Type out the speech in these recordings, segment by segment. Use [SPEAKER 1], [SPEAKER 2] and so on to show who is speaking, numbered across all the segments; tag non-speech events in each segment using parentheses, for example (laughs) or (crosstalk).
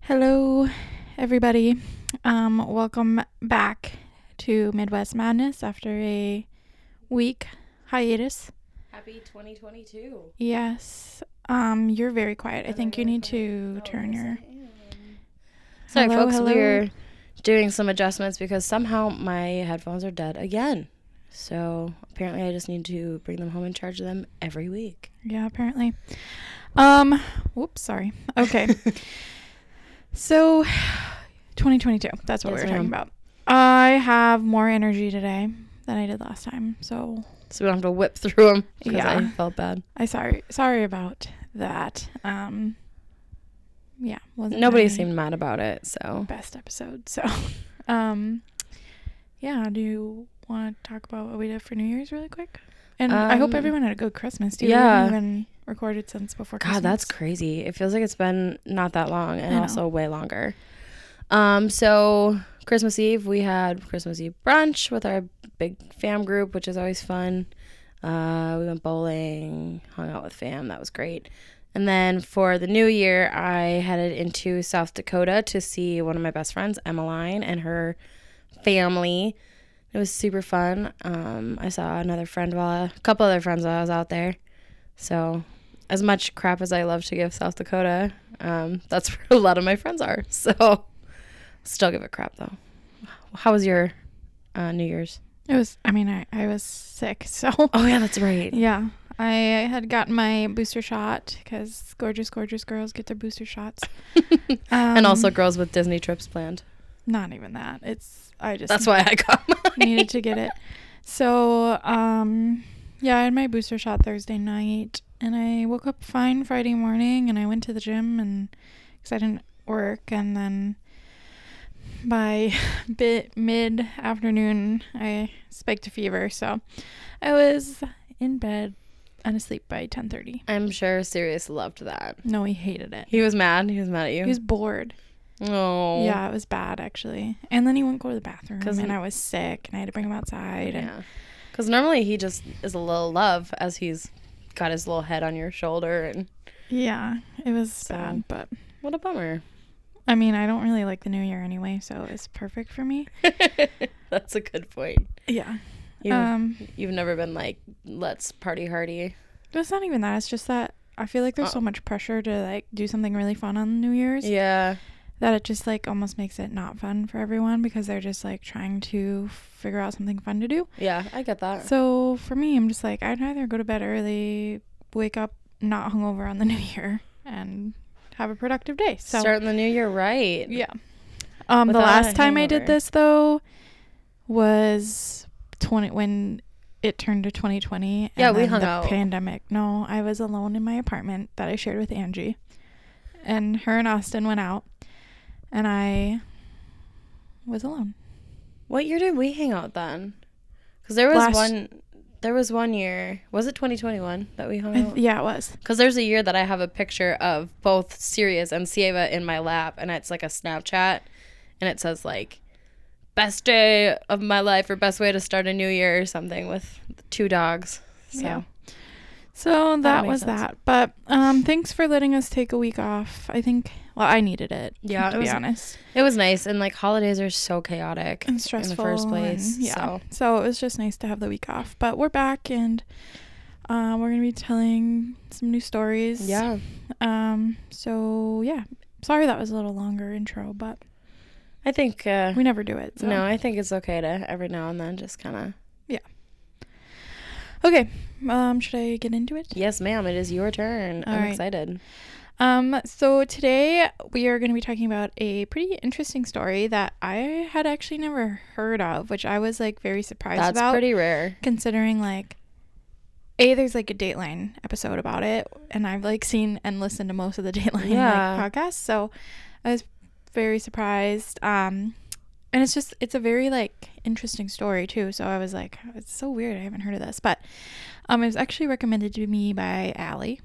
[SPEAKER 1] Hello, everybody. Um, welcome back to Midwest Madness after a week hiatus.
[SPEAKER 2] Happy 2022.
[SPEAKER 1] Yes. Um, you're very quiet. I
[SPEAKER 2] Am I
[SPEAKER 1] think you
[SPEAKER 2] really
[SPEAKER 1] need
[SPEAKER 2] quiet?
[SPEAKER 1] to turn
[SPEAKER 2] yes,
[SPEAKER 1] your.
[SPEAKER 2] I
[SPEAKER 1] Sorry,
[SPEAKER 2] am. Sorry,
[SPEAKER 1] Hello, folks,
[SPEAKER 2] folks.
[SPEAKER 1] hello. we're
[SPEAKER 2] We're doing some adjustments because somehow my headphones are dead again. So apparently, I just need to bring them home and charge them every week.
[SPEAKER 1] Yeah, apparently. Um, whoops, sorry.
[SPEAKER 2] (laughs)
[SPEAKER 1] Okay. so, 2022. That's what
[SPEAKER 2] Yes,
[SPEAKER 1] we were talking
[SPEAKER 2] ma'am.
[SPEAKER 1] about. I have more energy today than I did last time. So,
[SPEAKER 2] So we don't have to whip through (laughs) them.
[SPEAKER 1] Yeah.
[SPEAKER 2] I felt bad.
[SPEAKER 1] I sorry sorry about that. Um, yeah, wasn't
[SPEAKER 2] Nobody
[SPEAKER 1] my
[SPEAKER 2] seemed mad about it. So
[SPEAKER 1] best episode. So, (laughs) um, yeah. Do you want to talk about what we did for New Year's really quick? And I hope
[SPEAKER 2] Um,
[SPEAKER 1] everyone had a good Christmas. too. We
[SPEAKER 2] yeah.
[SPEAKER 1] haven't even recorded since before.
[SPEAKER 2] God, that's
[SPEAKER 1] Christmas.
[SPEAKER 2] crazy. It feels like it's been not that long
[SPEAKER 1] I
[SPEAKER 2] and
[SPEAKER 1] know.
[SPEAKER 2] also way longer. Um, so Christmas Eve, we had Christmas Eve brunch with our big fam group, which is always fun. Uh, we went bowling, hung out with fam. That was great. And then for the new year, I headed into South Dakota to see one of my best friends, Emmeline, and her family. It was super fun. Um, I saw another friend while a couple other friends while I was out there. So, as much crap as I love to give South Dakota, um, that's (laughs) where a lot of my friends are. So, still give it crap though. How was your uh, New Year's?
[SPEAKER 1] It was. I mean, I I was sick. (laughs) So
[SPEAKER 2] Oh yeah, that's right.
[SPEAKER 1] yeah, I had gotten my booster shot because gorgeous, gorgeous girls get their booster shots. um,
[SPEAKER 2] (laughs) and also girls with Disney trips planned.
[SPEAKER 1] not even that. It's I just
[SPEAKER 2] That's why I got (laughs) mine.
[SPEAKER 1] (laughs) needed to get it. So, um, yeah, I had my booster shot Thursday night, and I woke up fine Friday morning, and I went to the gym, and because I didn't work, and then by (laughs) bit mid afternoon, I spiked a fever, so I was in bed and asleep by ten thirty.
[SPEAKER 2] I'm sure Sirius loved that.
[SPEAKER 1] No, he hated it.
[SPEAKER 2] He was mad. He was mad at you.
[SPEAKER 1] He was bored.
[SPEAKER 2] oh
[SPEAKER 1] Yeah, it was bad actually. And then he wouldn't go to the bathroom,
[SPEAKER 2] 'Cause
[SPEAKER 1] and
[SPEAKER 2] n-
[SPEAKER 1] I was sick, and I had to bring him outside. And
[SPEAKER 2] yeah. Because normally he just is a little love as he's got his little head on your shoulder and
[SPEAKER 1] yeah, it was bad,
[SPEAKER 2] So-
[SPEAKER 1] but
[SPEAKER 2] what a bummer. (laughs)
[SPEAKER 1] I mean, I don't really like the new year anyway, so it's perfect for me.
[SPEAKER 2] that's a good point.
[SPEAKER 1] Yeah.
[SPEAKER 2] You,
[SPEAKER 1] Um,
[SPEAKER 2] you've never been like let's party hardy.
[SPEAKER 1] but it's not even that. It's just that I feel like there's so much pressure to like do something really fun on New Year's
[SPEAKER 2] Oh. Yeah.
[SPEAKER 1] that it just like almost makes it not fun for everyone because they're just like trying to figure out something fun to do.
[SPEAKER 2] Yeah, I get that.
[SPEAKER 1] So for me, I'm just like I'd either go to bed early, wake up not hungover on the (laughs) new year, and have a productive day. So
[SPEAKER 2] Starting the new year right.
[SPEAKER 1] Yeah. Um, the
[SPEAKER 2] Without
[SPEAKER 1] last
[SPEAKER 2] a
[SPEAKER 1] time I did
[SPEAKER 2] hangover.
[SPEAKER 1] this though was twenty when it turned to twenty twenty. and
[SPEAKER 2] Yeah, we
[SPEAKER 1] then
[SPEAKER 2] hung
[SPEAKER 1] the
[SPEAKER 2] out.
[SPEAKER 1] Pandemic. No, I was alone in my apartment that I shared with Angie, and her and Austin went out, and I was alone.
[SPEAKER 2] What year did we hang out then? Because there was
[SPEAKER 1] Last-
[SPEAKER 2] one. There was one year. Was it 2021 that we hung
[SPEAKER 1] I
[SPEAKER 2] out?
[SPEAKER 1] th- (laughs) yeah, it was.
[SPEAKER 2] Because there's a year that I have a picture of both Sirius and Sieva in my lap, and it's like a Snapchat, and it says like "best day of my life" or "best way to start a new year" or something with two dogs. So
[SPEAKER 1] Yeah. So that
[SPEAKER 2] makes
[SPEAKER 1] was
[SPEAKER 2] sense.
[SPEAKER 1] that. But um, thanks for letting us take a week off. I think well, I needed it.
[SPEAKER 2] Yeah,
[SPEAKER 1] to
[SPEAKER 2] it
[SPEAKER 1] be
[SPEAKER 2] was-
[SPEAKER 1] honest,
[SPEAKER 2] it was nice, and like holidays are so chaotic
[SPEAKER 1] and stressful
[SPEAKER 2] in the first place.
[SPEAKER 1] and- yeah.
[SPEAKER 2] So
[SPEAKER 1] So it was just nice to have the week off. But we're back and uh, we're going to be telling some new stories.
[SPEAKER 2] yeah,
[SPEAKER 1] Um, so, yeah. Sorry that was a little longer intro, but
[SPEAKER 2] I think uh,
[SPEAKER 1] we never do it. So.
[SPEAKER 2] no, I think it's okay to every now and then just kind of
[SPEAKER 1] Okay. Um, should I get into it?
[SPEAKER 2] yes, ma'am. It is your turn.
[SPEAKER 1] All
[SPEAKER 2] I'm
[SPEAKER 1] right.
[SPEAKER 2] excited.
[SPEAKER 1] Um, so today we are going to be talking about a pretty interesting story that I had actually never heard of, which I was like very surprised
[SPEAKER 2] That's
[SPEAKER 1] about.
[SPEAKER 2] pretty rare.
[SPEAKER 1] considering like a there's like a dateline episode about it and i've like seen and listened to most of the (laughs) dateline
[SPEAKER 2] Yeah.
[SPEAKER 1] like, podcasts so i was very surprised um and it's just it's a very like interesting story too so i was like it's so weird i haven't heard of this but um it was actually recommended to me by allie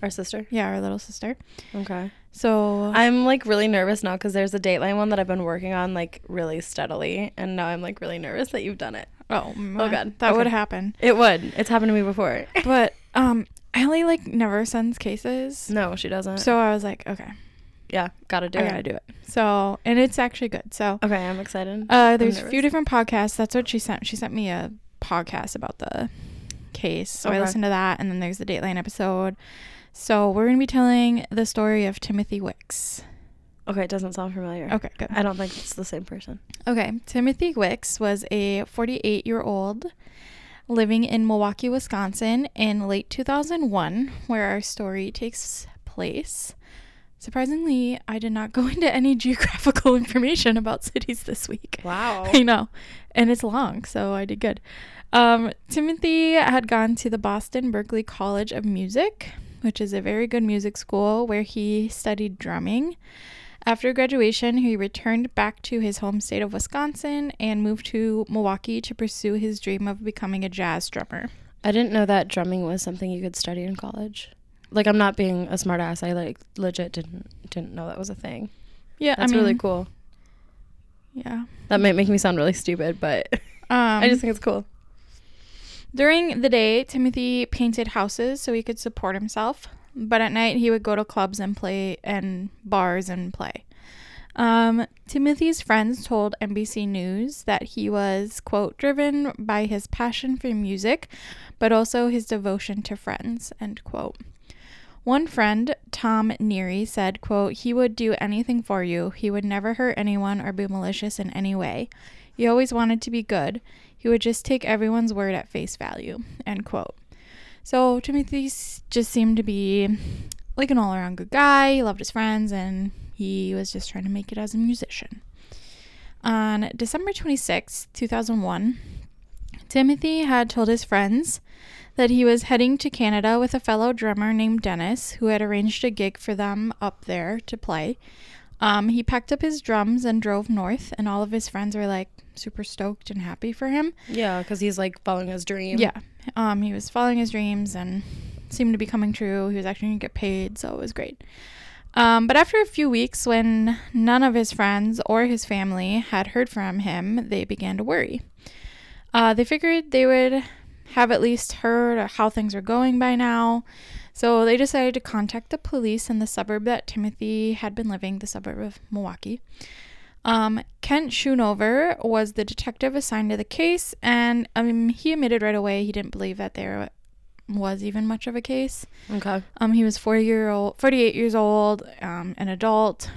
[SPEAKER 2] Our sister.
[SPEAKER 1] yeah our little sister
[SPEAKER 2] Okay.
[SPEAKER 1] so
[SPEAKER 2] I'm like really nervous now because there's a Dateline one that I've been working on like really steadily, and now I'm like really nervous that you've done it.
[SPEAKER 1] oh, my-
[SPEAKER 2] God.
[SPEAKER 1] that
[SPEAKER 2] Okay.
[SPEAKER 1] would happen
[SPEAKER 2] It would. It's happened to me before.
[SPEAKER 1] but um allie like never sends cases
[SPEAKER 2] (laughs) no, she doesn't.
[SPEAKER 1] so i was like okay
[SPEAKER 2] yeah, gotta do
[SPEAKER 1] I
[SPEAKER 2] it.
[SPEAKER 1] gotta do it. So, and it's actually good. So,
[SPEAKER 2] Okay, I'm excited.
[SPEAKER 1] uh, there's a few
[SPEAKER 2] nervous.
[SPEAKER 1] different podcasts. That's what she sent. She sent me a podcast about the case. So I
[SPEAKER 2] Okay.
[SPEAKER 1] listened to that, and then there's the Dateline episode. So we're gonna be telling the story of Timothy Wicks.
[SPEAKER 2] okay, it doesn't sound familiar.
[SPEAKER 1] Okay, good.
[SPEAKER 2] I don't think it's the same person.
[SPEAKER 1] Okay, Timothy Wicks was a 48 year old living in Milwaukee, Wisconsin in late 2001, where our story takes place. Surprisingly, I did not go (laughs) into any geographical information about cities this week.
[SPEAKER 2] Wow.
[SPEAKER 1] I know. And it's long, so I did good. Um, Timothy had gone to the Boston Berkeley College of Music, which is a very good music school where he studied drumming. After graduation, he returned back to his home state of Wisconsin and moved to Milwaukee to pursue his dream of becoming a jazz drummer.
[SPEAKER 2] (laughs) I didn't know that drumming was something you could study in college. Like I'm not being a smartass. I like legit didn't didn't know that was a thing.
[SPEAKER 1] Yeah,
[SPEAKER 2] That's really cool.
[SPEAKER 1] Yeah.
[SPEAKER 2] That might make me sound really stupid, but (laughs)
[SPEAKER 1] Um,
[SPEAKER 2] I just think it's cool.
[SPEAKER 1] During the day, Timothy painted houses so he could support himself, but at night he would go to clubs and play and bars and play. Um, Timothy's friends told NBC News that he was, quote, driven by his passion for music, but also his devotion to friends, end quote. One friend, Tom Neary, said, quote, he would do anything for you. He would never hurt anyone or be malicious in any way. He always wanted to be good. He would just take everyone's word at face value, end quote. So Timothy s- just seemed to be like an all around good guy. He loved his friends and he was just trying to make it as a musician. On December 26, 2001, Timothy had told his friends that he was heading to Canada with a fellow drummer named Dennis, who had arranged a gig for them up there to play. Um, he packed up his drums and drove north, and all of his friends were like super stoked and happy for him.
[SPEAKER 2] Yeah, because he's like following his dream.
[SPEAKER 1] Yeah. Um, he was following his dreams and seemed to be coming true. He was actually going to get paid, so it was great. Um, but after a few weeks, when none of his friends or his family had heard from him, they began to worry. Uh, they figured they would have at least heard how things were going by now. So they decided to contact the police in the suburb that Timothy had been living, the suburb of Milwaukee. Um, Kent Schoonover was the detective assigned to the case, and um, he admitted right away he didn't believe that there was even much of a case.
[SPEAKER 2] Okay.
[SPEAKER 1] Um, he was 40 year old, 48 years old, um, an adult,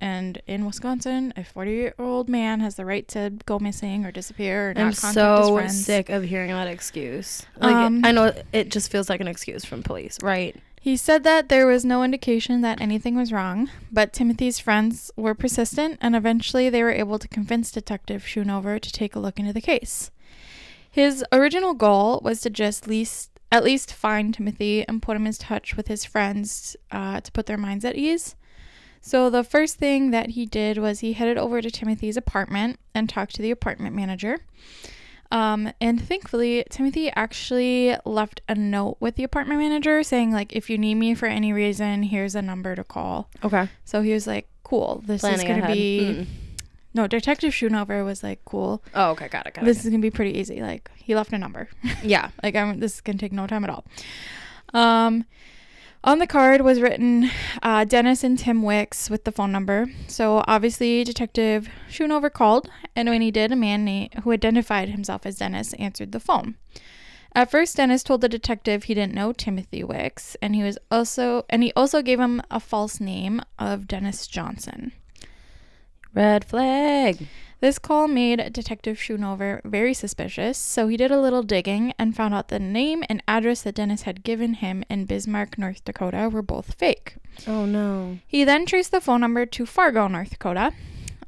[SPEAKER 1] and in Wisconsin, a 40 year old man has the right to go missing or disappear or not
[SPEAKER 2] I'm
[SPEAKER 1] contact his
[SPEAKER 2] so
[SPEAKER 1] friends.
[SPEAKER 2] sick of hearing that excuse. Like
[SPEAKER 1] Um,
[SPEAKER 2] I know it just feels like an excuse from police, right?
[SPEAKER 1] He said that there was no indication that anything was wrong, but Timothy's friends were persistent, and eventually they were able to convince Detective Schoonover to take a look into the case. His original goal was to just least, at least find Timothy and put him in touch with his friends uh, to put their minds at ease. So the first thing that he did was he headed over to Timothy's apartment and talked to the apartment manager. Um, and thankfully, Timothy actually left a note with the apartment manager saying, like, if you need me for any reason, here's a number to call.
[SPEAKER 2] Okay.
[SPEAKER 1] So he was like, cool, this is
[SPEAKER 2] Planning
[SPEAKER 1] going to
[SPEAKER 2] ahead.
[SPEAKER 1] be.
[SPEAKER 2] Mm.
[SPEAKER 1] No, Detective Schoonover was like, cool,
[SPEAKER 2] Oh, okay, got it, got it.
[SPEAKER 1] this is going to be pretty easy. Like, he left a number. (laughs)
[SPEAKER 2] yeah.
[SPEAKER 1] Like I'm, this can take no time at all. Um, on the card was written uh, Dennis and Tim Wicks with the phone number. So obviously, Detective Schoonover called, and when he did, a man na- who identified himself as Dennis answered the phone. At first, Dennis told the detective he didn't know Timothy Wicks, and he was also and he also gave him a false name of Dennis Johnson.
[SPEAKER 2] Red flag.
[SPEAKER 1] This call made Detective Schoonover very suspicious, so he did a little digging and found out the name and address that Dennis had given him in Bismarck, North Dakota were both fake.
[SPEAKER 2] Oh no.
[SPEAKER 1] He then traced the phone number to Fargo, North Dakota,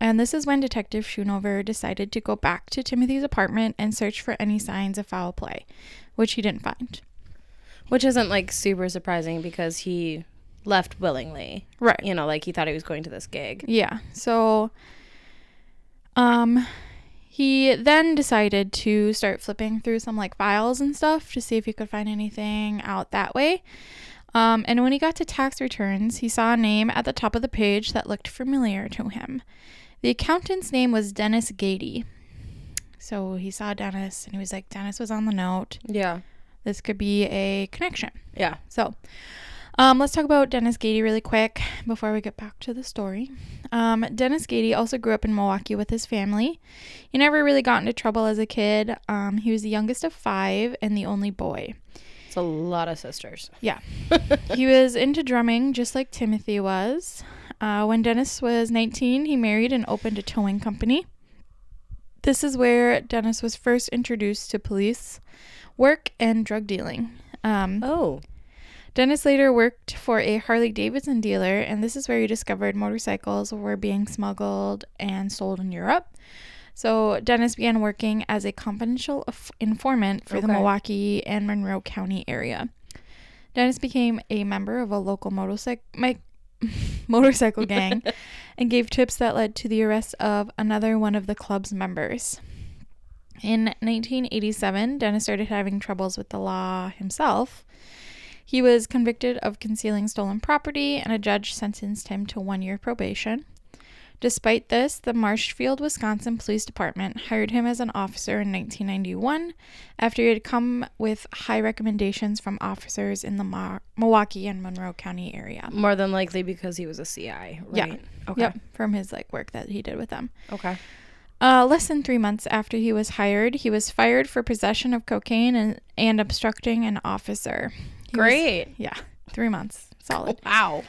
[SPEAKER 1] and this is when Detective Schoonover decided to go back to Timothy's apartment and search for any signs of foul play, which he didn't find.
[SPEAKER 2] Which isn't like super surprising because he left willingly.
[SPEAKER 1] Right.
[SPEAKER 2] You know, like he thought he was going to this gig.
[SPEAKER 1] Yeah. So um he then decided to start flipping through some like files and stuff to see if he could find anything out that way. Um, and when he got to tax returns, he saw a name at the top of the page that looked familiar to him. The accountant's name was Dennis Gady. So he saw Dennis and he was like, Dennis was on the note.
[SPEAKER 2] Yeah.
[SPEAKER 1] This could be a connection.
[SPEAKER 2] Yeah.
[SPEAKER 1] So, Um, let's talk about Dennis Gady really quick before we get back to the story. Um, Dennis Gady also grew up in Milwaukee with his family. He never really got into trouble as a kid. Um, he was the youngest of five and the only boy.
[SPEAKER 2] It's a lot of sisters.
[SPEAKER 1] he was into drumming just like Timothy was. Uh, when Dennis was 19, he married and opened a towing company. This is where Dennis was first introduced to police work and drug dealing. Um,
[SPEAKER 2] Oh.
[SPEAKER 1] Dennis later worked for a Harley Davidson dealer, and this is where he discovered motorcycles were being smuggled and sold in Europe. So Dennis began working as a confidential inf- informant for the
[SPEAKER 2] Okay.
[SPEAKER 1] Milwaukee and Monroe County area. Dennis became a member of a local motorcycle (laughs) motorcycle gang and gave tips that led to the arrest of another one of the club's members. In 1987, Dennis started having troubles with the law himself. He was convicted of concealing stolen property, and a judge sentenced him to one year probation. Despite this, the Marshfield, Wisconsin Police Department hired him as an officer in 1991 after he had come with high recommendations from officers in the Mar- Milwaukee and Monroe County area.
[SPEAKER 2] More than likely because he was a CI, right?
[SPEAKER 1] Yeah.
[SPEAKER 2] Okay.
[SPEAKER 1] Yep, from his like work that he did with them.
[SPEAKER 2] Okay.
[SPEAKER 1] Uh, less than three months after he was hired, he was fired for possession of cocaine and, and obstructing an officer. He was-
[SPEAKER 2] Great.
[SPEAKER 1] yeah, three months. Solid.
[SPEAKER 2] Wow.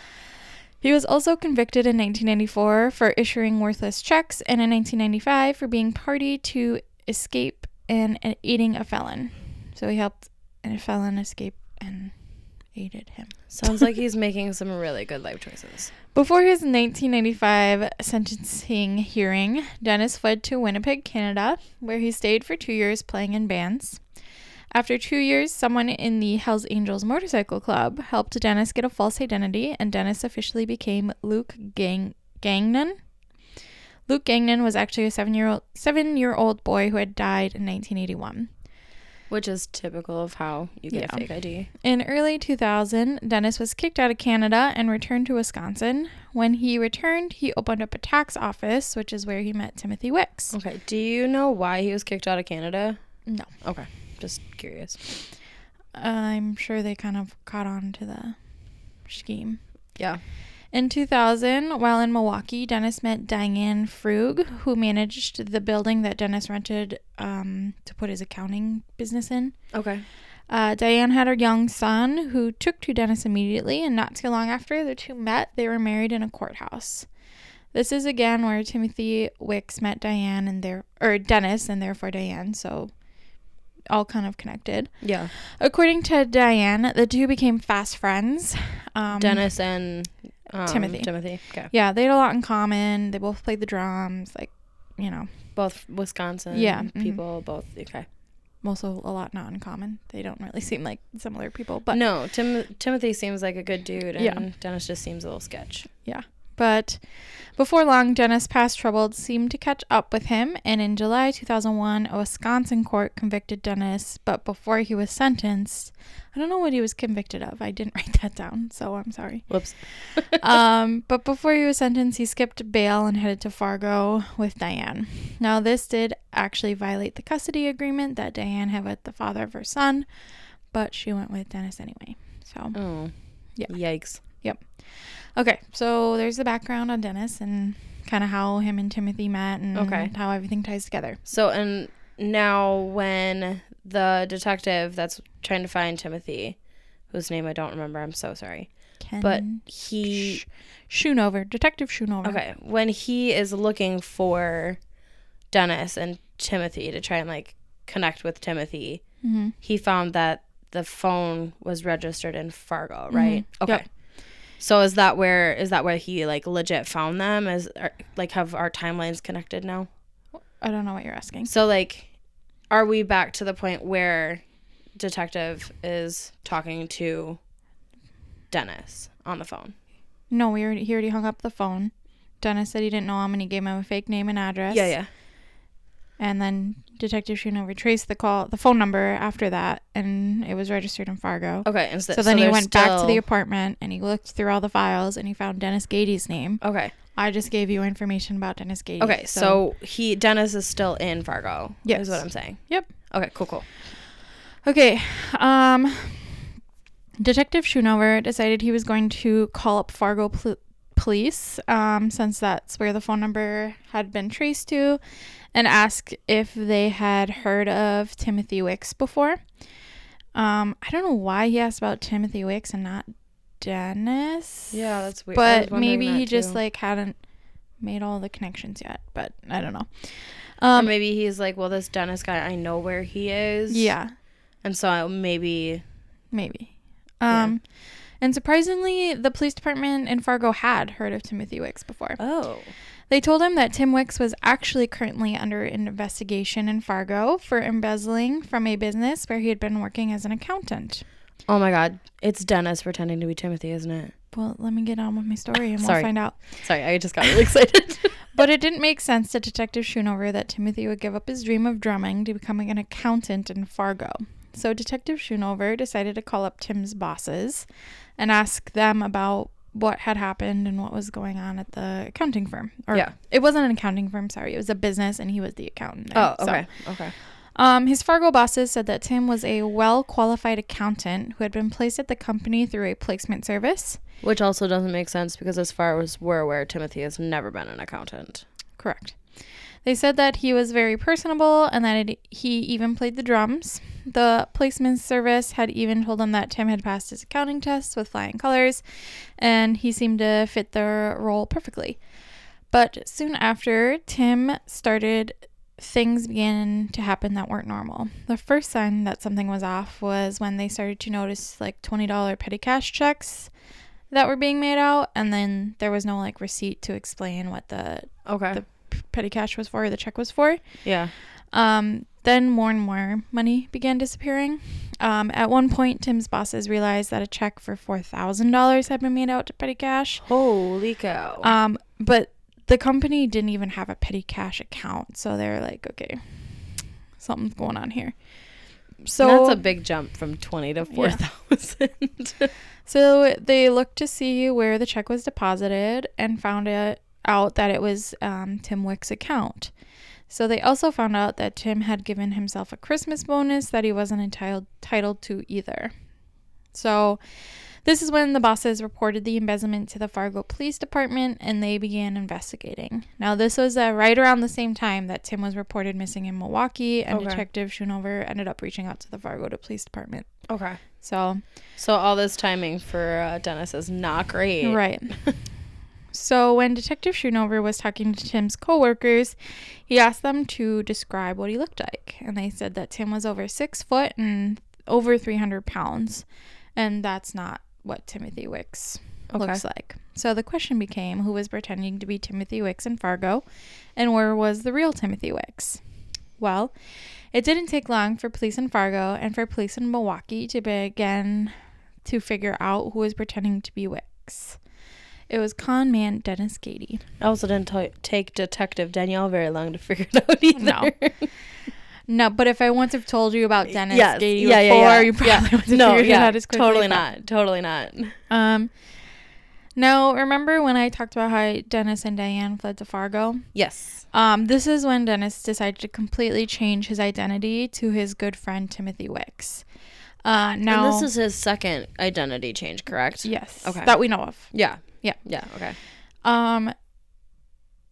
[SPEAKER 1] He was also convicted in 1994 for issuing worthless checks and in 1995 for being party to escape and, and aiding a felon. So he helped a felon escape and aided him.
[SPEAKER 2] Sounds like (laughs) he's making some really good life choices.
[SPEAKER 1] Before his 1995 sentencing hearing, Dennis fled to Winnipeg, Canada, where he stayed for two years playing in bands. After two years, someone in the Hells Angels Motorcycle Club helped Dennis get a false identity, and Dennis officially became Luke Gang- Gagnon. Luke Gagnon was actually a seven-year-old seven-year-old boy who had died in 1981.
[SPEAKER 2] Which is typical of how you get
[SPEAKER 1] Yeah.
[SPEAKER 2] a fake ID.
[SPEAKER 1] In early 2000, Dennis was kicked out of Canada and returned to Wisconsin. When he returned, he opened up a tax office, which is where he met Timothy Wicks.
[SPEAKER 2] Okay. Do you know why he was kicked out of Canada?
[SPEAKER 1] No.
[SPEAKER 2] Okay. Just curious.
[SPEAKER 1] I'm sure they kind of caught on to the scheme.
[SPEAKER 2] Yeah.
[SPEAKER 1] In 2000, while in Milwaukee, Dennis met Diane Frug, who managed the building that Dennis rented um, to put his accounting business in.
[SPEAKER 2] Okay.
[SPEAKER 1] Uh, Diane had her young son, who took to Dennis immediately, and not too long after the two met, they were married in a courthouse. This is again where Timothy Wicks met Diane and their or Dennis and therefore Diane, so all kind of connected.
[SPEAKER 2] Yeah.
[SPEAKER 1] According to Diane, the two became fast friends. Um,
[SPEAKER 2] Dennis and um,
[SPEAKER 1] Timothy.
[SPEAKER 2] Timothy. Okay.
[SPEAKER 1] yeah, they had a lot in common. They both played the drums, like you know,
[SPEAKER 2] Both Wisconsin
[SPEAKER 1] Yeah, mhm.
[SPEAKER 2] people, both. Okay.
[SPEAKER 1] also a lot not in common. They don't really (laughs) seem like similar people, but
[SPEAKER 2] no, Tim- Timothy seems like a good dude, and
[SPEAKER 1] Yeah.
[SPEAKER 2] Dennis just seems a little sketch.
[SPEAKER 1] But before long, Dennis' past troubles seemed to catch up with him, and in July 2001, a Wisconsin court convicted Dennis. But before he was sentenced, I don't know what he was convicted of. I didn't (laughs) write that down, so I'm sorry.
[SPEAKER 2] Whoops.
[SPEAKER 1] um, but before he was sentenced, he skipped bail and headed to Fargo with Diane. Now, this did actually violate the custody agreement that Diane had with the father of her son, but she went with Dennis anyway. So,
[SPEAKER 2] Oh.
[SPEAKER 1] Yeah.
[SPEAKER 2] Yikes.
[SPEAKER 1] Okay, so there's the background on Dennis and kind of how him and Timothy met and
[SPEAKER 2] Okay.
[SPEAKER 1] how everything ties together.
[SPEAKER 2] So, and now when the detective that's trying to find Timothy, whose name I don't remember, I'm so sorry,
[SPEAKER 1] Ken
[SPEAKER 2] but he,
[SPEAKER 1] Schoonover, Detective Schoonover.
[SPEAKER 2] okay, when he is looking for Dennis and Timothy to try and like connect with Timothy,
[SPEAKER 1] hmm
[SPEAKER 2] he found that the phone was registered in Fargo, right?
[SPEAKER 1] Mhm.
[SPEAKER 2] Okay.
[SPEAKER 1] Yep.
[SPEAKER 2] So is that where is that where he like legit found them? Is are, like have our timelines connected now?
[SPEAKER 1] I don't know what you're asking.
[SPEAKER 2] So like are we back to the point where detective is talking to Dennis on the phone?
[SPEAKER 1] No, we already, he already hung up the phone. Dennis said he didn't know him and he gave him a fake name and address.
[SPEAKER 2] Yeah, yeah.
[SPEAKER 1] And then Detective Schoonover traced the call, the phone number after that, and it was registered in Fargo.
[SPEAKER 2] Okay, and so,
[SPEAKER 1] So then he
[SPEAKER 2] there's
[SPEAKER 1] went back to the
[SPEAKER 2] still-
[SPEAKER 1] apartment and he looked through all the files and he found Dennis Gady's name.
[SPEAKER 2] Okay.
[SPEAKER 1] I just gave you information about Dennis Gady.
[SPEAKER 2] Oh. Okay, so, he Dennis is still in Fargo.
[SPEAKER 1] Yes.
[SPEAKER 2] Is what I'm saying.
[SPEAKER 1] Yep.
[SPEAKER 2] Okay, cool, cool.
[SPEAKER 1] Okay. Um Detective Schoonover decided he was going to call up Fargo pl- police, um, since that's where the phone number had been traced to, and ask if they had heard of Timothy Wicks before. Um, I don't know why he asked about Timothy Wicks and not Dennis.
[SPEAKER 2] Yeah, that's weird. I was
[SPEAKER 1] But
[SPEAKER 2] wondering
[SPEAKER 1] maybe
[SPEAKER 2] that
[SPEAKER 1] he just
[SPEAKER 2] too.
[SPEAKER 1] like hadn't made all the connections yet. But I don't know.
[SPEAKER 2] Or
[SPEAKER 1] Um,
[SPEAKER 2] maybe he's like, well, this Dennis guy, I know where he is.
[SPEAKER 1] yeah,
[SPEAKER 2] And so I, maybe
[SPEAKER 1] maybe.
[SPEAKER 2] Yeah.
[SPEAKER 1] Um, and surprisingly, the police department in Fargo had heard of Timothy Wicks before.
[SPEAKER 2] oh
[SPEAKER 1] They told him that Tim Wicks was actually currently under investigation in Fargo for embezzling from a business where he had been working as an accountant.
[SPEAKER 2] oh my god, it's Dennis pretending to be Timothy, isn't it?
[SPEAKER 1] Well, let me get on with my story and
[SPEAKER 2] Sorry.
[SPEAKER 1] we'll find out.
[SPEAKER 2] Sorry, I just got really (laughs) excited.
[SPEAKER 1] But it didn't make sense to Detective Schoonover that Timothy would give up his dream of drumming to becoming an accountant in Fargo. So Detective Schoonover decided to call up Tim's bosses and ask them about what had happened and what was going on at the accounting firm. Or
[SPEAKER 2] Yeah.
[SPEAKER 1] it wasn't an accounting firm, sorry. It was a business and he was the accountant. there.
[SPEAKER 2] oh,
[SPEAKER 1] So,
[SPEAKER 2] okay, okay.
[SPEAKER 1] um, his Fargo bosses said that Tim was a well qualified accountant who had been placed at the company through a placement service.
[SPEAKER 2] Which also doesn't make sense because, as far as we're aware, Timothy has never been an accountant.
[SPEAKER 1] Correct. They said that he was very personable and that it, he even played the drums. The placement service had even told them that Tim had passed his accounting tests with flying colors and he seemed to fit their role perfectly. But soon after, Tim started, things began to happen that weren't normal. The first sign that something was off was when they started to notice like $20 petty cash checks that were being made out and then there was no like receipt to explain what the
[SPEAKER 2] Okay.
[SPEAKER 1] The- petty cash was for, the check was for.
[SPEAKER 2] yeah.
[SPEAKER 1] Um, then more and more money began disappearing. Um, at one point, Tim's bosses realized that a check for $4,000 had been made out to petty cash.
[SPEAKER 2] Holy cow.
[SPEAKER 1] Um, but the company didn't even have a petty cash account. So they're like, okay, something's going on here. So
[SPEAKER 2] that's a big jump from twenty to four thousand.
[SPEAKER 1] So they looked to see where the check was deposited and found it out that it was um, Tim Wick's account. So they also found out that Tim had given himself a Christmas bonus that he wasn't entitled entitled to either. So this is when the bosses reported the embezzlement to the Fargo Police Department and they began investigating. Now this was uh, right around the same time that Tim was reported missing in Milwaukee and
[SPEAKER 2] Okay.
[SPEAKER 1] Detective Schoonover ended up reaching out to the Fargo Police Department.
[SPEAKER 2] okay.
[SPEAKER 1] So
[SPEAKER 2] So all this timing for uh, Dennis is not great.
[SPEAKER 1] Right. so when Detective Schoonover was talking to Tim's coworkers, he asked them to describe what he looked like, and they said that Tim was over six foot and over three hundred pounds, and that's not what Timothy Wicks
[SPEAKER 2] Okay.
[SPEAKER 1] looks like. So the question became, who was pretending to be Timothy Wicks in Fargo, and where was the real Timothy Wicks? Well, it didn't take long for police in Fargo and for police in Milwaukee to begin to figure out who was pretending to be Wicks. It was con man Dennis Gady.
[SPEAKER 2] I also didn't t- take Detective Danielle very long to figure it out either. (laughs)
[SPEAKER 1] No, but if I once have told you about Dennis
[SPEAKER 2] Yes.
[SPEAKER 1] Gady
[SPEAKER 2] Yeah, yeah,
[SPEAKER 1] before,
[SPEAKER 2] yeah.
[SPEAKER 1] you probably
[SPEAKER 2] Yeah.
[SPEAKER 1] would have
[SPEAKER 2] no,
[SPEAKER 1] figured it
[SPEAKER 2] yeah,
[SPEAKER 1] out as quickly.
[SPEAKER 2] totally
[SPEAKER 1] as I-
[SPEAKER 2] not, totally not.
[SPEAKER 1] Um, no, remember when I talked about how Dennis and Diane fled to Fargo?
[SPEAKER 2] Yes.
[SPEAKER 1] Um, this is when Dennis decided to completely change his identity to his good friend Timothy Wicks. Uh, now,
[SPEAKER 2] And this is his second identity change, correct?
[SPEAKER 1] yes,
[SPEAKER 2] Okay.
[SPEAKER 1] that we know of.
[SPEAKER 2] Yeah.
[SPEAKER 1] Yeah.
[SPEAKER 2] Yeah. Okay.
[SPEAKER 1] Um,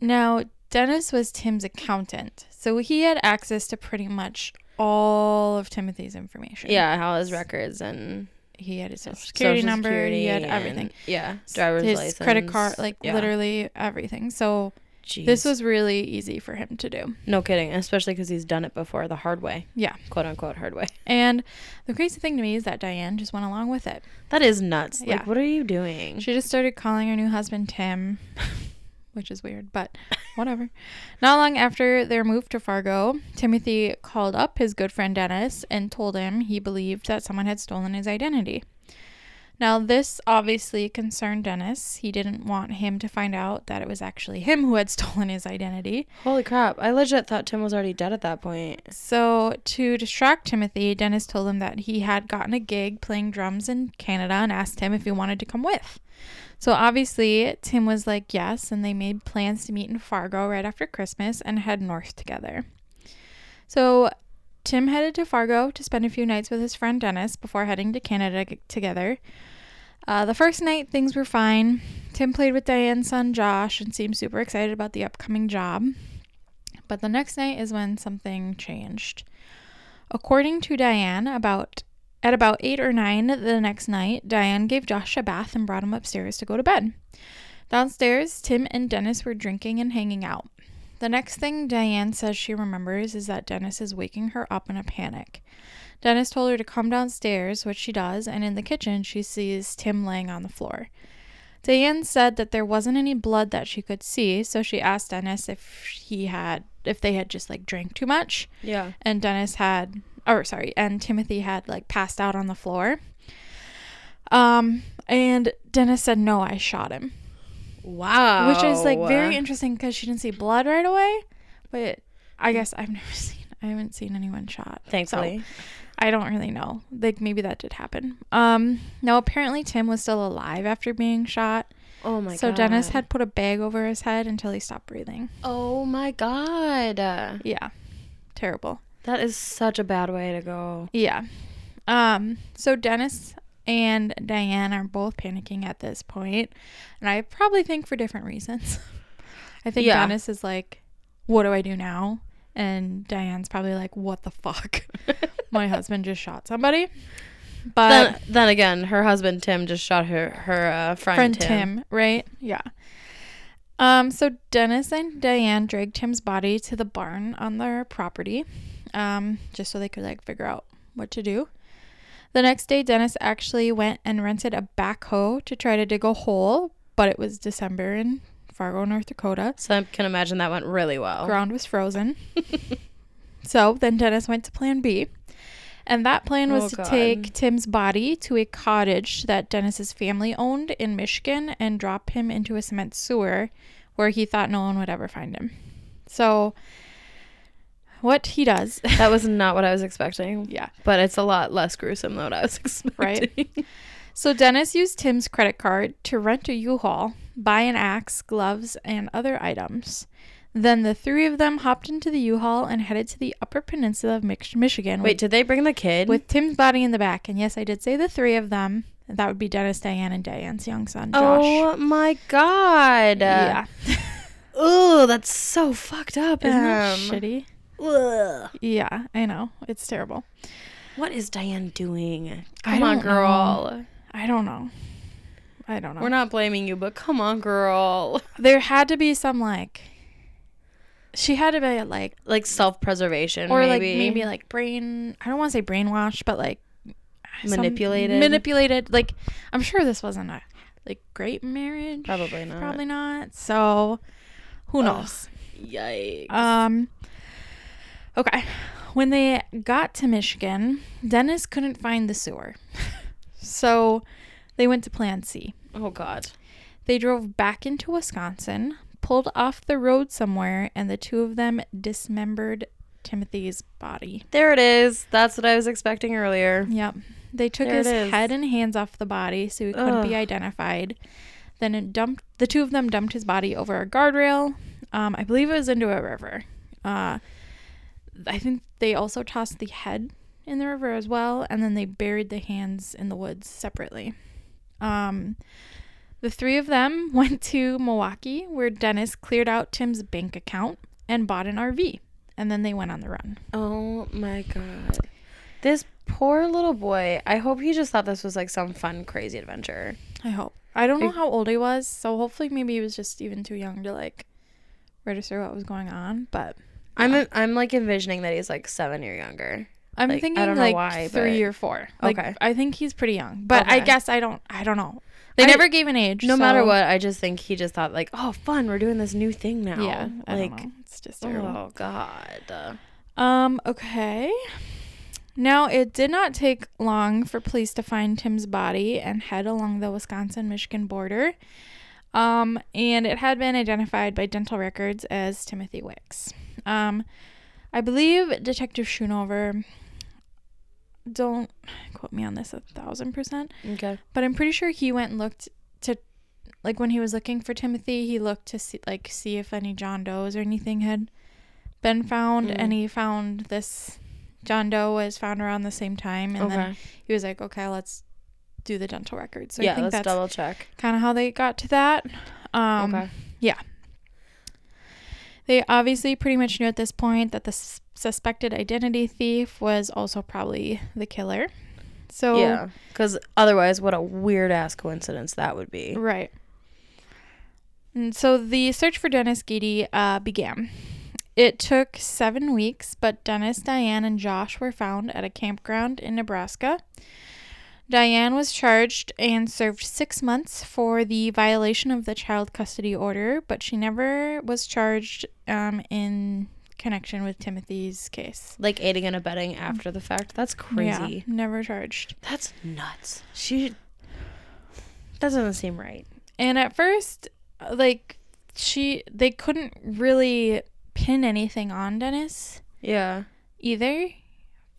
[SPEAKER 1] now Dennis was Tim's accountant, so he had access to pretty much all of Timothy's information.
[SPEAKER 2] Yeah. How his records and
[SPEAKER 1] he had his social security
[SPEAKER 2] Social
[SPEAKER 1] number, he had
[SPEAKER 2] Security
[SPEAKER 1] everything,
[SPEAKER 2] and- yeah. Driver's
[SPEAKER 1] his
[SPEAKER 2] license.
[SPEAKER 1] credit card, like
[SPEAKER 2] Yeah.
[SPEAKER 1] literally everything. So
[SPEAKER 2] Jeez.
[SPEAKER 1] this was really easy for him to do.
[SPEAKER 2] no kidding, especially because he's done it before the hard way.
[SPEAKER 1] Yeah.
[SPEAKER 2] Quote unquote hard way.
[SPEAKER 1] And the crazy thing to me is that Diane just went along with it.
[SPEAKER 2] That is nuts.
[SPEAKER 1] Yeah.
[SPEAKER 2] Like, what are you doing?
[SPEAKER 1] She just started calling her new husband Tim, which is weird, but whatever. Not long after their move to Fargo, Timothy called up his good friend Dennis and told him he believed that someone had stolen his identity. Now, this obviously concerned Dennis. He didn't want him to find out that it was actually him who had (laughs) stolen his identity.
[SPEAKER 2] Holy crap! I legit thought Tim was already dead at that point.
[SPEAKER 1] So, to distract Timothy, Dennis told him that he had gotten a gig playing drums in Canada and asked him if he wanted to come with. So, obviously, Tim was like, yes, and they made plans to meet in Fargo right after Christmas and head north together. So, Tim headed to Fargo to spend a few nights with his friend Dennis before heading to Canada g- together. Uh, the first night, things were fine. Tim played with Diane's son Josh and seemed super excited about the upcoming job. But the next night is when something changed. According to Diane, about at about eight or nine the next night, Diane gave Josh a bath and brought him upstairs to go to bed. Downstairs, Tim and Dennis were drinking and hanging out. The next thing Diane says she remembers is that Dennis is waking her up in a panic. Dennis told her to come downstairs, which she does, and in the kitchen she sees Tim laying on the floor. Diane said that there wasn't any blood that she could see, so she asked Dennis if he had if they had just like drank too much
[SPEAKER 2] Yeah.
[SPEAKER 1] and Dennis had, or sorry, and Timothy had like passed out on the floor. Um, and Dennis said, "No, I shot him,"
[SPEAKER 2] Wow.
[SPEAKER 1] which is like very interesting because she didn't see blood right away, but I guess I've (laughs) never seen, I haven't seen anyone shot. so
[SPEAKER 2] Thankfully.
[SPEAKER 1] I don't really know. Like maybe that did happen. Um, no, apparently Tim was still alive after being shot.
[SPEAKER 2] oh my
[SPEAKER 1] so
[SPEAKER 2] god.
[SPEAKER 1] Dennis had put a bag over his head until he stopped breathing.
[SPEAKER 2] Oh my god. Uh,
[SPEAKER 1] Yeah, terrible.
[SPEAKER 2] That is such a bad way to go.
[SPEAKER 1] Yeah. Um, so Dennis and Diane are both panicking at this point, and I probably think for different reasons. (laughs) I think
[SPEAKER 2] Yeah.
[SPEAKER 1] Dennis is like, "What do I do now?" and Diane's probably like, "What the fuck? (laughs) My husband just shot somebody." But
[SPEAKER 2] then, then again, her husband Tim just shot her her uh, friend,
[SPEAKER 1] friend
[SPEAKER 2] Tim.
[SPEAKER 1] Tim. right? Yeah. Um, so Dennis and Diane dragged Tim's body to the barn on their property, um, just so they could like figure out what to do. The next day, Dennis actually went and rented a backhoe to try to dig a hole, but it was December in Fargo, North Dakota.
[SPEAKER 2] So I can imagine that went really well.
[SPEAKER 1] Ground was frozen. (laughs) so then Dennis went to plan B. And that plan was
[SPEAKER 2] Oh,
[SPEAKER 1] to
[SPEAKER 2] God.
[SPEAKER 1] take Tim's body to a cottage that Dennis's family owned in Michigan and drop him into a cement sewer where he thought no one would ever find him. So what he does, (laughs)
[SPEAKER 2] That was not what I was expecting,
[SPEAKER 1] yeah.
[SPEAKER 2] but it's a lot less gruesome than what I was expecting. (laughs)
[SPEAKER 1] Right. So Dennis used Tim's credit card to rent a U-Haul, buy an axe, gloves, and other items. Then the three of them hopped into the U-Haul and headed to the Upper Peninsula of Mich- Michigan.
[SPEAKER 2] Wait, did they bring the kid?
[SPEAKER 1] with Tim's body in the back. And yes, I did say the three of them. And That would be Dennis, Diane, and Diane's young son, Josh.
[SPEAKER 2] oh my god.
[SPEAKER 1] yeah.
[SPEAKER 2] (laughs) Oh, that's so fucked up.
[SPEAKER 1] Isn't that
[SPEAKER 2] Em.
[SPEAKER 1] shitty?
[SPEAKER 2] Ugh.
[SPEAKER 1] Yeah, I know. It's terrible.
[SPEAKER 2] What is Diane doing?
[SPEAKER 1] I
[SPEAKER 2] Come on,
[SPEAKER 1] don't know.
[SPEAKER 2] girl.
[SPEAKER 1] I don't know. I don't know.
[SPEAKER 2] We're not blaming you, but come on, girl.
[SPEAKER 1] there had to be some like. She had to be like,
[SPEAKER 2] Like self preservation,
[SPEAKER 1] or
[SPEAKER 2] maybe.
[SPEAKER 1] like maybe like brain. I don't want to say brainwashed, but like some-
[SPEAKER 2] Manipulated?
[SPEAKER 1] manipulated. Like I'm sure this wasn't a like great marriage.
[SPEAKER 2] Probably not.
[SPEAKER 1] Probably not. So, who knows?
[SPEAKER 2] Yikes.
[SPEAKER 1] Um Okay. When they got to Michigan, Dennis couldn't find the sewer. (laughs) so they went to plan C.
[SPEAKER 2] oh god.
[SPEAKER 1] They drove back into Wisconsin, pulled off the road somewhere, and the two of them dismembered Timothy's body.
[SPEAKER 2] There it is. That's what I was expecting earlier.
[SPEAKER 1] Yep. They took
[SPEAKER 2] There it
[SPEAKER 1] his
[SPEAKER 2] is.
[SPEAKER 1] head and hands off the body so he couldn't be identified. Then it dumped the two of them dumped his body over a guardrail. Um, I believe it was into a river. Uh, I think they also tossed the head in the river as well, and then they buried the hands in the woods separately. Um, the three of them (laughs) went to Milwaukee, where Dennis cleared out Tim's bank account and bought an RV, and then they went on the run.
[SPEAKER 2] Oh my god. This poor little boy. I hope he just thought this was like some fun, crazy adventure.
[SPEAKER 1] I hope. I don't know how old he was, so hopefully maybe he was just even too young to like register what was going on. But
[SPEAKER 2] I'm I'm like envisioning that he's like seven or younger.
[SPEAKER 1] I'm
[SPEAKER 2] Like, I
[SPEAKER 1] thinking
[SPEAKER 2] don't know
[SPEAKER 1] like
[SPEAKER 2] why,
[SPEAKER 1] three
[SPEAKER 2] but-
[SPEAKER 1] or four. Like,
[SPEAKER 2] Okay.
[SPEAKER 1] I think he's pretty young, but I
[SPEAKER 2] Okay.
[SPEAKER 1] guess I don't. I don't know. They
[SPEAKER 2] I-
[SPEAKER 1] never gave an age.
[SPEAKER 2] No matter
[SPEAKER 1] so-
[SPEAKER 2] what, I just think he just thought like, oh, fun. We're doing this new thing now.
[SPEAKER 1] Yeah. I
[SPEAKER 2] Like.
[SPEAKER 1] don't know. It's just terrible.
[SPEAKER 2] Oh god.
[SPEAKER 1] Um. Okay. Now it did not take long for police to find Tim's body and head along the Wisconsin-Michigan border. Um, and it had been identified by dental records as Timothy Wicks. Um, I believe Detective Schoonover, don't quote me on this a thousand percent,
[SPEAKER 2] Okay.
[SPEAKER 1] but I'm pretty sure he went and looked to, like when he was looking for Timothy, he looked to see, like, see if any John Does or anything had been found,
[SPEAKER 2] Mm.
[SPEAKER 1] and he found this John Doe was found around the same time, and then
[SPEAKER 2] Okay.
[SPEAKER 1] he was like, "Okay, let's do the dental records." So I
[SPEAKER 2] yeah,
[SPEAKER 1] think
[SPEAKER 2] let's
[SPEAKER 1] that's
[SPEAKER 2] double check.
[SPEAKER 1] kind of how they got to that. Um,
[SPEAKER 2] okay.
[SPEAKER 1] They obviously pretty much knew at this point that the s- suspected identity thief was also probably the killer. So
[SPEAKER 2] Yeah. Because otherwise, what a weird ass coincidence that would be.
[SPEAKER 1] Right. And so the search for Dennis Gady uh, began. It took seven weeks, but Dennis, Diane, and Josh were found at a campground in Nebraska. Diane was charged and served six months for the violation of the child custody order, but she never was charged um, in connection with Timothy's case.
[SPEAKER 2] Like aiding and abetting after the fact. That's crazy.
[SPEAKER 1] Yeah, never charged.
[SPEAKER 2] That's nuts. She. That doesn't seem right.
[SPEAKER 1] And at first, like she, they couldn't really pin anything on Dennis
[SPEAKER 2] Yeah.
[SPEAKER 1] either,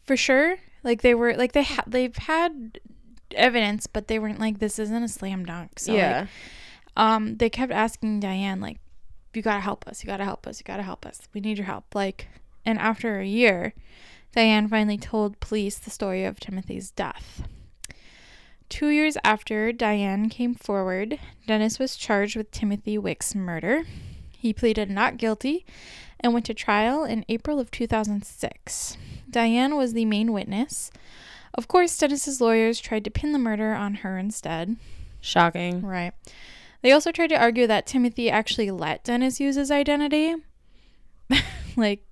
[SPEAKER 1] for sure. Like they were, like they ha- they've had evidence, but they weren't like this isn't a slam dunk. So like,
[SPEAKER 2] yeah.
[SPEAKER 1] um, they kept asking Diane like, "You gotta help us. You gotta help us. You gotta help us. We need your help." Like, and after a year, Diane finally told police the story of Timothy's death. Two years after Diane came forward, Dennis was charged with Timothy Wick's murder. He pleaded not guilty and went to trial in April of 2006. Diane was the main witness. Of course, Dennis's lawyers tried to pin the murder on her instead.
[SPEAKER 2] Shocking.
[SPEAKER 1] Right. They also tried to argue that Timothy actually let Dennis use his identity. (laughs) like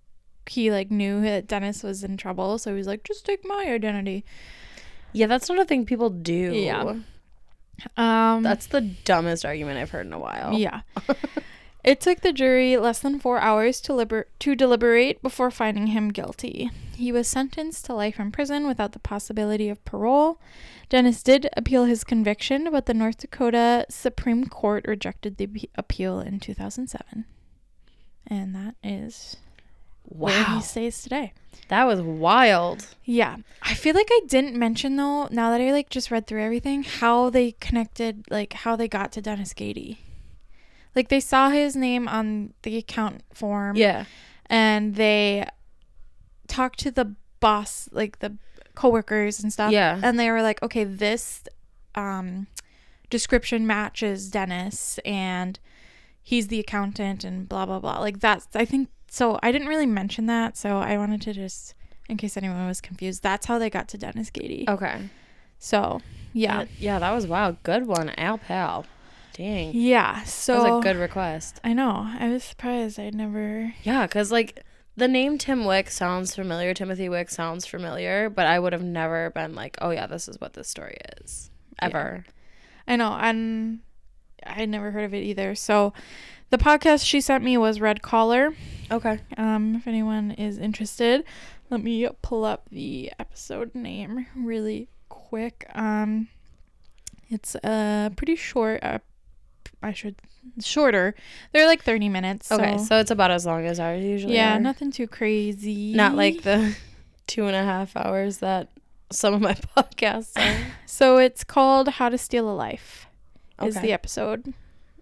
[SPEAKER 1] he like knew that Dennis was in trouble, so he was like, just take my identity.
[SPEAKER 2] Yeah, that's not a thing people do.
[SPEAKER 1] Yeah. Um
[SPEAKER 2] That's the dumbest argument I've heard in a while.
[SPEAKER 1] yeah. it took the jury less than four hours to liber- to deliberate before finding him guilty. He was sentenced to life in prison without the possibility of parole. Dennis did appeal his conviction, but the North Dakota Supreme Court rejected the appe- appeal in 2007. And that is where he
[SPEAKER 2] Wow.
[SPEAKER 1] stays today.
[SPEAKER 2] That was wild.
[SPEAKER 1] Yeah. I feel like I didn't mention though, now that I like just read through everything, how they connected like how they got to Dennis Gady. Like they saw his name on the account form
[SPEAKER 2] Yeah.
[SPEAKER 1] and they talked to the boss, like the coworkers and stuff.
[SPEAKER 2] Yeah.
[SPEAKER 1] And they were like, Okay, this um description matches Dennis and he's the accountant and blah blah blah. Like that's I think so I didn't really mention that, so I wanted to just in case anyone was confused, that's how they got to Dennis Gady.
[SPEAKER 2] Okay.
[SPEAKER 1] So yeah.
[SPEAKER 2] Yeah. Yeah, Oh. that was wild. Good one, Al Pal. Dang.
[SPEAKER 1] Yeah. So
[SPEAKER 2] that was a good request.
[SPEAKER 1] I know. I was surprised I'd never
[SPEAKER 2] Yeah, because like the name Tim Wick sounds familiar. Timothy Wick sounds familiar, but I would have never been like, oh yeah, this is what this story is ever.
[SPEAKER 1] I know, and I had never heard of it either. So the podcast she sent me was Red Collar.
[SPEAKER 2] Okay.
[SPEAKER 1] Um, if anyone is interested, let me pull up the episode name really quick. Um, it's uh pretty short. Uh, I should shorter. They're like thirty minutes.
[SPEAKER 2] Okay,
[SPEAKER 1] so,
[SPEAKER 2] so it's about as long as ours usually.
[SPEAKER 1] yeah,
[SPEAKER 2] are.
[SPEAKER 1] nothing too crazy.
[SPEAKER 2] not like the (laughs) two and a half hours that some of my (laughs) podcasts are.
[SPEAKER 1] so. It's called How to Steal a Life. Is
[SPEAKER 2] Okay.
[SPEAKER 1] the episode.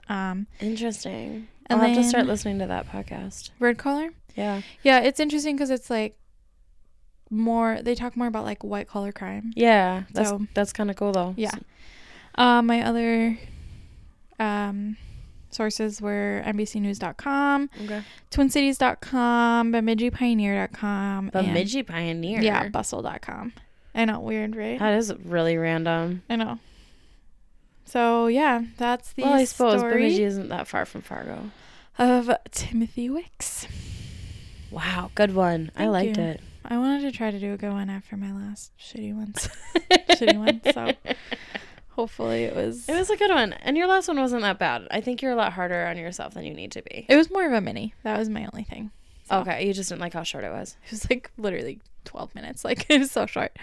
[SPEAKER 1] Um,
[SPEAKER 2] (laughs) Interesting.
[SPEAKER 1] And
[SPEAKER 2] I'll have to
[SPEAKER 1] then-
[SPEAKER 2] start listening to that podcast.
[SPEAKER 1] Red Collar.
[SPEAKER 2] Yeah.
[SPEAKER 1] Yeah, it's interesting because it's like more. They talk more about like white collar crime.
[SPEAKER 2] Yeah. That's
[SPEAKER 1] So-
[SPEAKER 2] that's kind of cool though.
[SPEAKER 1] Yeah. Uh, my other um, sources were NBCNews.com,
[SPEAKER 2] Okay.
[SPEAKER 1] TwinCities.com, BemidjiPioneer.com, and,
[SPEAKER 2] Bemidji Pioneer.
[SPEAKER 1] yeah, Bustle.com. I know, weird, right?
[SPEAKER 2] That is really random.
[SPEAKER 1] I know. So yeah, that's the
[SPEAKER 2] well, I suppose
[SPEAKER 1] story
[SPEAKER 2] Bemidji isn't that far from Fargo.
[SPEAKER 1] of Timothy Wicks.
[SPEAKER 2] Wow, good one. I
[SPEAKER 1] Thank
[SPEAKER 2] liked
[SPEAKER 1] you.
[SPEAKER 2] it.
[SPEAKER 1] I wanted to try to do a good one after my last shitty (laughs) ones, shitty one. (laughs) So hopefully it was.
[SPEAKER 2] It was a good one. And your last one wasn't that bad. I think you're a lot harder on yourself than you need to be.
[SPEAKER 1] It was more of a mini. That was my only thing. so.
[SPEAKER 2] Okay, you just didn't like how short it was.
[SPEAKER 1] It was like literally 12 minutes. Like (laughs) it was so short.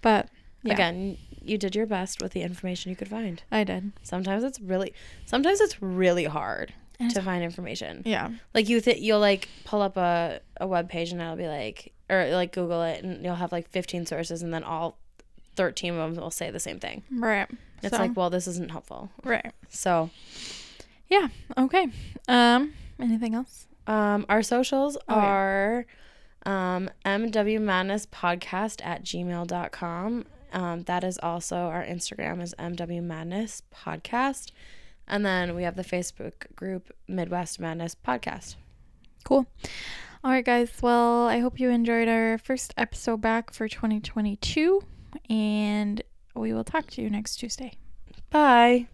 [SPEAKER 1] But Yeah.
[SPEAKER 2] Again, you did your best with the information you could find.
[SPEAKER 1] I did.
[SPEAKER 2] Sometimes it's really sometimes it's really hard
[SPEAKER 1] And
[SPEAKER 2] to find information.
[SPEAKER 1] Yeah.
[SPEAKER 2] Like you th- you'll like pull up a a web page and it'll be like or like Google it and you'll have like 15 sources and then all 13 of them will say the same thing.
[SPEAKER 1] Right.
[SPEAKER 2] It's
[SPEAKER 1] So-
[SPEAKER 2] like, well, this isn't helpful.
[SPEAKER 1] right.
[SPEAKER 2] So,
[SPEAKER 1] Yeah. Okay. Um, anything else?
[SPEAKER 2] Um, our socials
[SPEAKER 1] Oh, yeah.
[SPEAKER 2] are um, MW Madness Podcast at gmail.com. Um, that is also our Instagram is MW Madness Podcast. And then we have the Facebook group Midwest Madness Podcast.
[SPEAKER 1] Cool. All right, guys. Well, I hope you enjoyed our first episode back for 2022, and we will talk to you next Tuesday.
[SPEAKER 2] Bye.